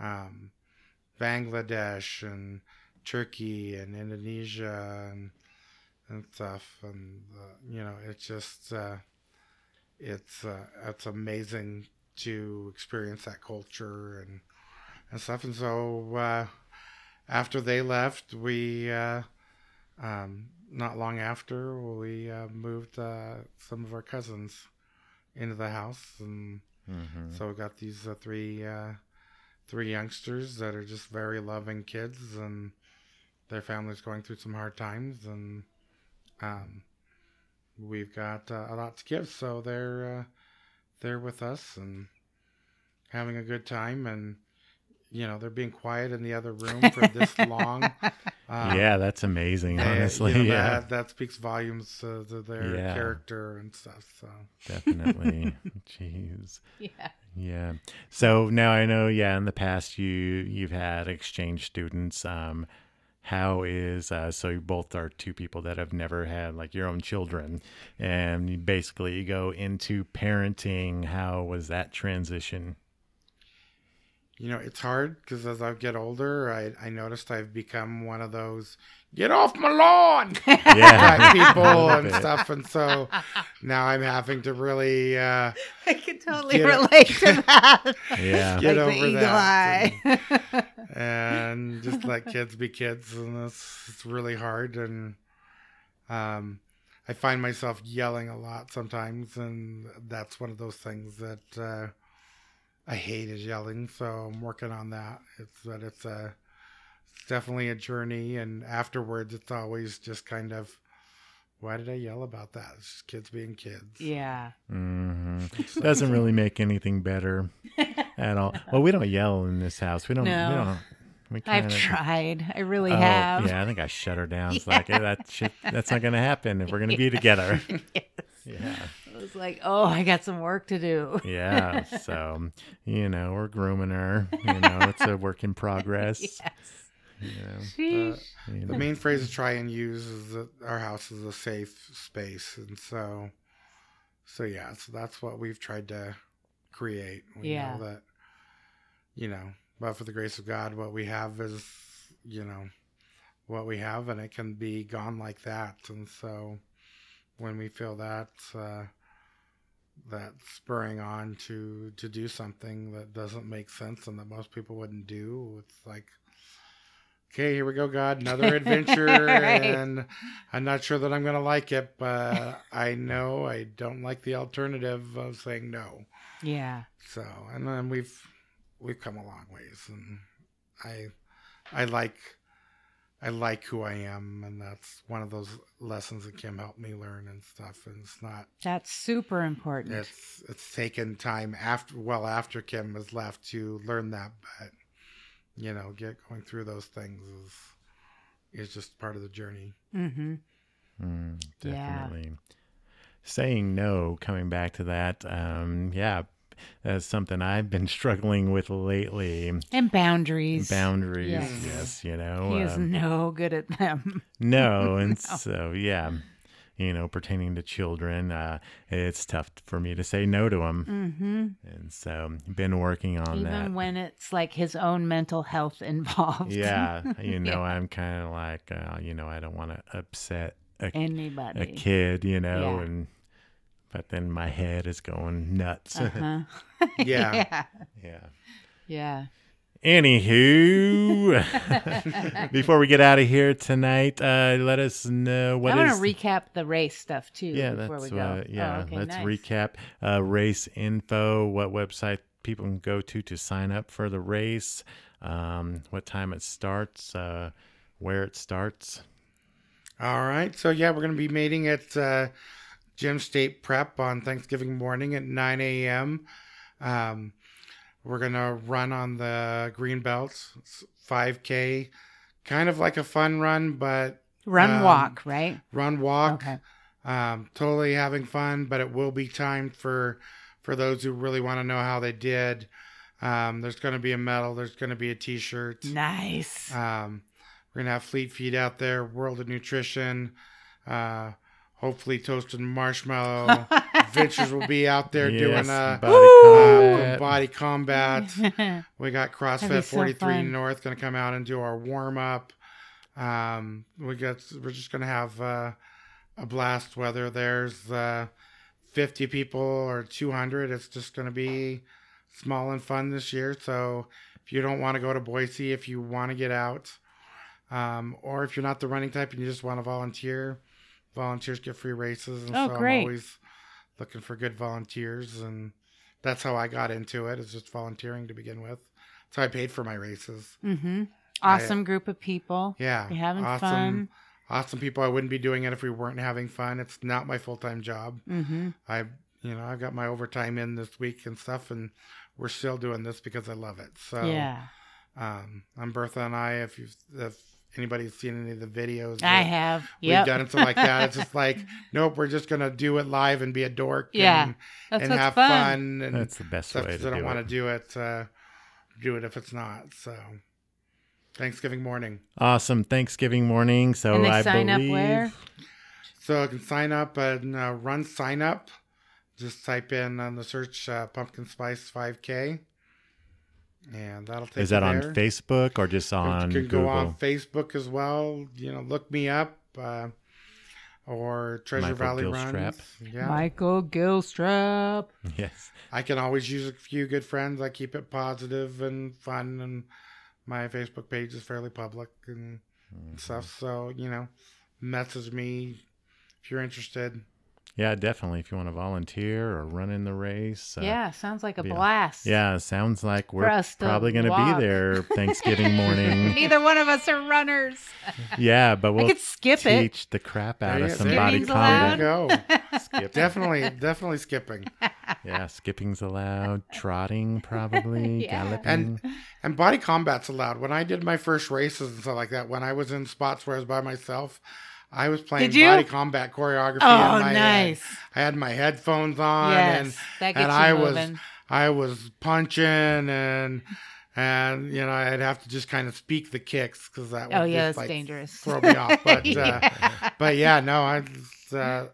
Mhm.
um, Bangladesh and Turkey and Indonesia and and stuff and uh, you know it's just uh, it's uh, it's amazing to experience that culture and and stuff and so uh, after they left we uh, um, not long after we uh, moved uh, some of our cousins into the house and
Mhm.
so we got these uh, three uh, three youngsters that are just very loving kids, and their families going through some hard times, and um, we've got uh, a lot to give. So they're uh, they're with us and having a good time, and you know they're being quiet in the other room for this long. Um,
yeah, that's amazing,
and, you
honestly.
know,
yeah,
that, that speaks volumes to, to their
Yeah.
character and stuff. So
definitely. Jeez.
yeah.
Yeah. So now I know. Yeah, in the past you you've had exchange students. Um, how is uh, so you both are two people that have never had like your own children, and you basically go into parenting. How was that transition?
you know, it's hard because as I get older, I, I noticed I've become one of those get off my lawn
Yeah.
type people
Love
and
it.
stuff. And so now I'm having to really uh,
I can totally
Get it.
relate to that.
Yeah.
Get
like
over
the eagle
that.
eye.
and just let kids be kids. And it's, it's really hard. And um, I find myself yelling a lot sometimes. And that's one of those things that uh, I hate is yelling. So I'm working on that. It's that it's a it's definitely a journey. And afterwards, it's always just kind of. Why did I yell about that? It's just kids being kids.
yeah.
hmm Doesn't really make anything better at all. Well, we don't yell in this house. We don't. We
No.
don't we
I've
kinda-
tried. I really
Oh,
have.
Yeah, I think I shut her down. It's like eh, that shit, that's not going to happen if we're going to be together.
Yes.
Yeah.
I was like, oh, I got some work to do.
Yeah. So, you know, we're grooming her. You know, it's a work in progress. You know,
Sheesh.
you
The
know.
main phrase to try and use is that our house is a safe space, and so, so yeah, so that's what we've tried to create. We
Yeah.
know that, you know, but for the grace of God, what we have is, you know, what we have, and it can be gone like that. And so, when we feel that, uh, that spurring on to to do something that doesn't make sense and that most people wouldn't do, it's like. Okay, here we go, God. Another adventure,
Right.
and I'm not sure that I'm going to like it, but I know I don't like the alternative of saying no.
yeah.
So, and then we've we've come a long ways, and I I like I like who I am, and that's one of those lessons that Kim helped me learn and stuff. And it's not
That's super important.
it's it's taken time after well after Kim has left to learn that, but you know, get going through those things is is just part of the journey.
Mm-hmm.
Mm,
Yeah.
definitely. Saying no, coming back to that, um, yeah, that's something I've been struggling with lately.
And boundaries.
Boundaries,
Yes.
yes, you know.
he is
um,
no good at them.
no, and so, yeah, you know, pertaining to children, uh, it's tough for me to say no to them.
Mm-hmm.
And so, been working on
Even
that.
when it's like his own mental health involved.
yeah, you know,
Yeah.
I'm kind of like, uh, you know, I don't want to upset a
Anybody.
a kid, you know,
Yeah.
and but then my head is going nuts.
Uh-huh.
Yeah.
yeah.
yeah.
Yeah.
Anywho, before we get out of here tonight, uh, let us know what
I want
is-
to recap the race stuff too
yeah,
before
that's
we go.
uh, yeah.
Oh, okay,
let's
nice.
recap uh, race info. What website people can go to to sign up for the race? Um, what time it starts? Uh, where it starts?
All right. So yeah, we're going to be meeting at uh, Jim State Prep on Thanksgiving morning at 9 a.m. Um, we're going to run on the green belts, It's 5K, kind of like a fun run, but
Run
Um,
walk, right?
run walk.
Okay.
Um, totally having fun, but it will be time for for those who really want to know how they did. Um, there's going to be a medal. There's going to be a T-shirt.
Nice.
Um, we're gonna have Fleet Feet out there, World of Nutrition, uh, hopefully Toasted Marshmallow. Ventures will be out there doing uh,
body
uh,
combat.
body combat. We got
That'd be
CrossFit
so
43
fun.
North gonna come out and do our warm up. Um, we got we're just gonna have uh, a blast. Whether there's uh, 50 people or 200, it's just gonna be small and fun this year. So if you don't want to go to Boise, if you want to get out, um, or if you're not the running type and you just want to volunteer, volunteers get free races. And
Oh,
so
great.
I'm always looking for good volunteers. And that's how I got into it, is just volunteering to begin with. So I paid for my races.
hmm Awesome group of people.
Yeah.
You're having
awesome, Awesome people. I wouldn't be doing it if we weren't having fun. It's not my full time job.
fun. hmm
I, you know, I've got my overtime in this week and stuff, and we're still doing this because I love it. So
yeah.
um, I'm Bertha and I. If you've, if anybody's seen any of the videos,
I
that
have.
We've
Yep.
done it so like that. It's just like, nope, we're just gonna do it live and be a dork.
Yeah,
and,
That's
and
what's
have
fun.
fun. and
That's the best
stuff
way to
'cause
do
I don't
it.
want to do it. Uh, do it if it's not. So Thanksgiving morning.
Awesome Thanksgiving morning. So
And they
I
sign up
believe
where?
So I can sign up and uh, run sign up. Just type in on the search uh, pumpkin spice 5K. and that'll take.
Is
you
that on
there.
Facebook or just on
you can
Google?
go on Facebook as well. You know, look me up uh, or Treasure
Michael
Valley
Gilstrap.
Runs. Yeah,
Michael Gilstrap.
yes.
I can always use a few good friends. I keep it positive and fun, and my Facebook page is fairly public and stuff. So you know, message me if you're interested.
Yeah, definitely. If you want to volunteer or run in the race. uh,
yeah, sounds like a
yeah.
blast.
Yeah, sounds like we're
us to
probably going to
walk.
be there Thanksgiving morning.
Neither one of us are runners.
yeah, but we'll
I could skip it.
teach the crap out
There
of
you-
somebody.
Skipping's
There you
combat.
go.
Skip.
definitely, definitely skipping.
Yeah, skipping's allowed. Trotting probably.
Yeah.
Galloping.
And uh, and body combat's allowed. When I did my first races and stuff like that, when I was in spots where I was by myself, I was playing
Did you?
body combat choreography.
Oh,
in my head.
nice.
I had my headphones on
Yes,
and
that gets
and
you
I was
moving.
I was punching and and you know I'd have to just kind of speak the kicks because that would
Oh, yeah,
just,
that's
like,
dangerous.
throw me off. But uh,
Yeah.
but yeah, no, I just, uh,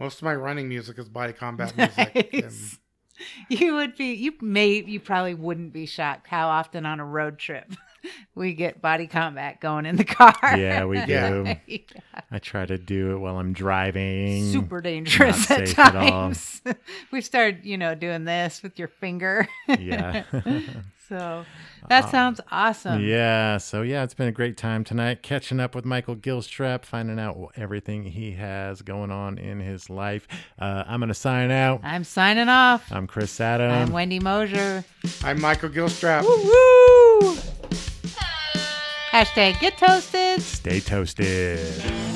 most of my running music is body combat music. and-
Nice. You would be. You may. You probably wouldn't be shocked how often on a road trip we get body combat going in the car.
yeah, we do.
Yeah.
I try to do it while I'm driving.
Super dangerous
Not
at
safe at all.
times. We've started, you know, doing this with your finger.
Yeah.
So that
Um,
sounds awesome.
yeah. So, yeah, it's been a great time tonight catching up with Michael Gilstrap, finding out everything he has going on in his life. Uh, I'm going to sign out.
I'm signing off.
I'm Chris Adam.
I'm Wendy Mosier.
I'm Michael Gilstrap.
Woo! Hashtag get toasted.
Stay toasted.